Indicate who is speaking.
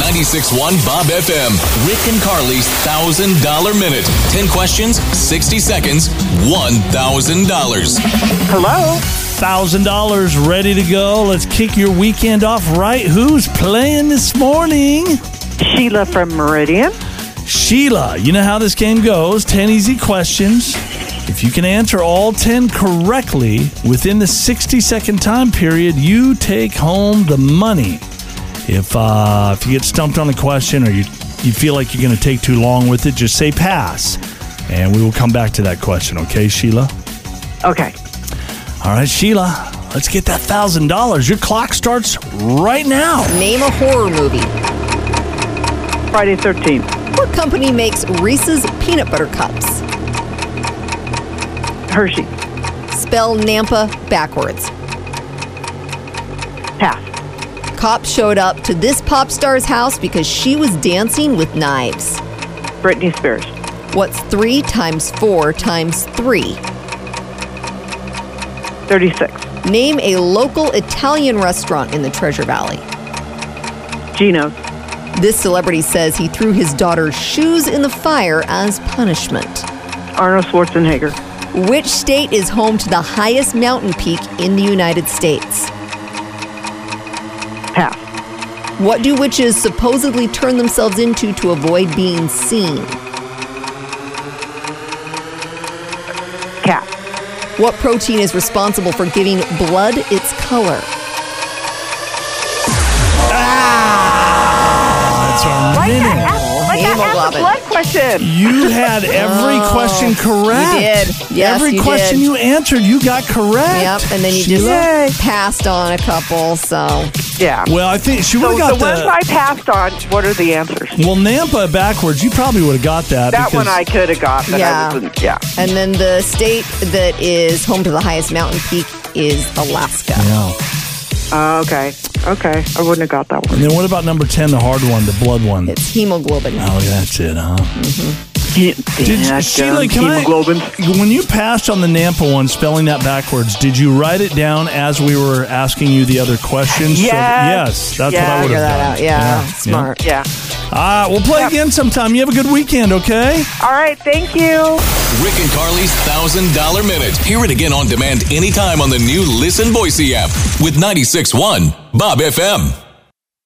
Speaker 1: 961 Bob FM. Rick and Carly's $1,000 minute. 10 questions, 60 seconds, $1,000.
Speaker 2: Hello?
Speaker 3: $1,000 ready to go. Let's kick your weekend off right. Who's playing this morning?
Speaker 2: Sheila from Meridian.
Speaker 3: Sheila. You know how this game goes 10 easy questions. If you can answer all 10 correctly within the 60 second time period, you take home the money. If, uh, if you get stumped on a question or you, you feel like you're going to take too long with it, just say pass. And we will come back to that question, okay, Sheila?
Speaker 2: Okay.
Speaker 3: All right, Sheila, let's get that $1,000. Your clock starts right now.
Speaker 4: Name a horror movie.
Speaker 2: Friday 13th.
Speaker 4: What company makes Reese's peanut butter cups?
Speaker 2: Hershey.
Speaker 4: Spell Nampa backwards.
Speaker 2: Pass.
Speaker 4: Cops showed up to this pop star's house because she was dancing with knives.
Speaker 2: Britney Spears.
Speaker 4: What's three times four times three?
Speaker 2: 36.
Speaker 4: Name a local Italian restaurant in the Treasure Valley.
Speaker 2: Gino's.
Speaker 4: This celebrity says he threw his daughter's shoes in the fire as punishment.
Speaker 2: Arnold Schwarzenegger.
Speaker 4: Which state is home to the highest mountain peak in the United States?
Speaker 2: Pass.
Speaker 4: What do witches supposedly turn themselves into to avoid being seen?
Speaker 2: Cat.
Speaker 4: What protein is responsible for giving blood its color?
Speaker 3: That's our minute.
Speaker 2: Like I asked a
Speaker 4: Hemoglobin.
Speaker 2: blood question.
Speaker 3: You had every question correct.
Speaker 4: you Oh, did. Yes,
Speaker 3: every
Speaker 4: you
Speaker 3: question
Speaker 4: did.
Speaker 3: you answered, you got correct.
Speaker 4: Yep, and then you just
Speaker 3: Sheila.
Speaker 4: passed on a couple, so
Speaker 2: Yeah.
Speaker 3: Well, I think she would
Speaker 2: So
Speaker 3: have
Speaker 2: the
Speaker 3: got
Speaker 2: ones I
Speaker 3: the.
Speaker 2: passed on, what are the answers?
Speaker 3: Well, Nampa backwards, you probably would have got that.
Speaker 2: That
Speaker 3: because
Speaker 2: one I could have got, but
Speaker 4: Yeah.
Speaker 2: I wasn't. Yeah.
Speaker 4: And then the state that is home to the highest mountain peak is Alaska.
Speaker 3: Yeah.
Speaker 2: Oh, okay. Okay. I wouldn't have got that one.
Speaker 3: And then what about number 10, the hard one, the blood one?
Speaker 4: It's hemoglobin.
Speaker 3: Oh, that's it, huh? Did,
Speaker 2: Did,
Speaker 3: Sheila, can I, when you passed on the Nampa one, spelling that backwards, did you write it down as we were asking you the other questions?
Speaker 2: Yes.
Speaker 3: yes, that's what I
Speaker 2: Yeah.
Speaker 3: would
Speaker 4: Figure
Speaker 3: have
Speaker 4: that
Speaker 3: done.
Speaker 4: out. Yeah, smart.
Speaker 2: Yeah.
Speaker 3: All right, Uh, we'll play again sometime. You have a good weekend, okay?
Speaker 2: All right. Thank you.
Speaker 1: Rick and Carly's $1,000 minute. Hear it again on demand anytime on the new Listen Boise app with 96.1 Bob FM.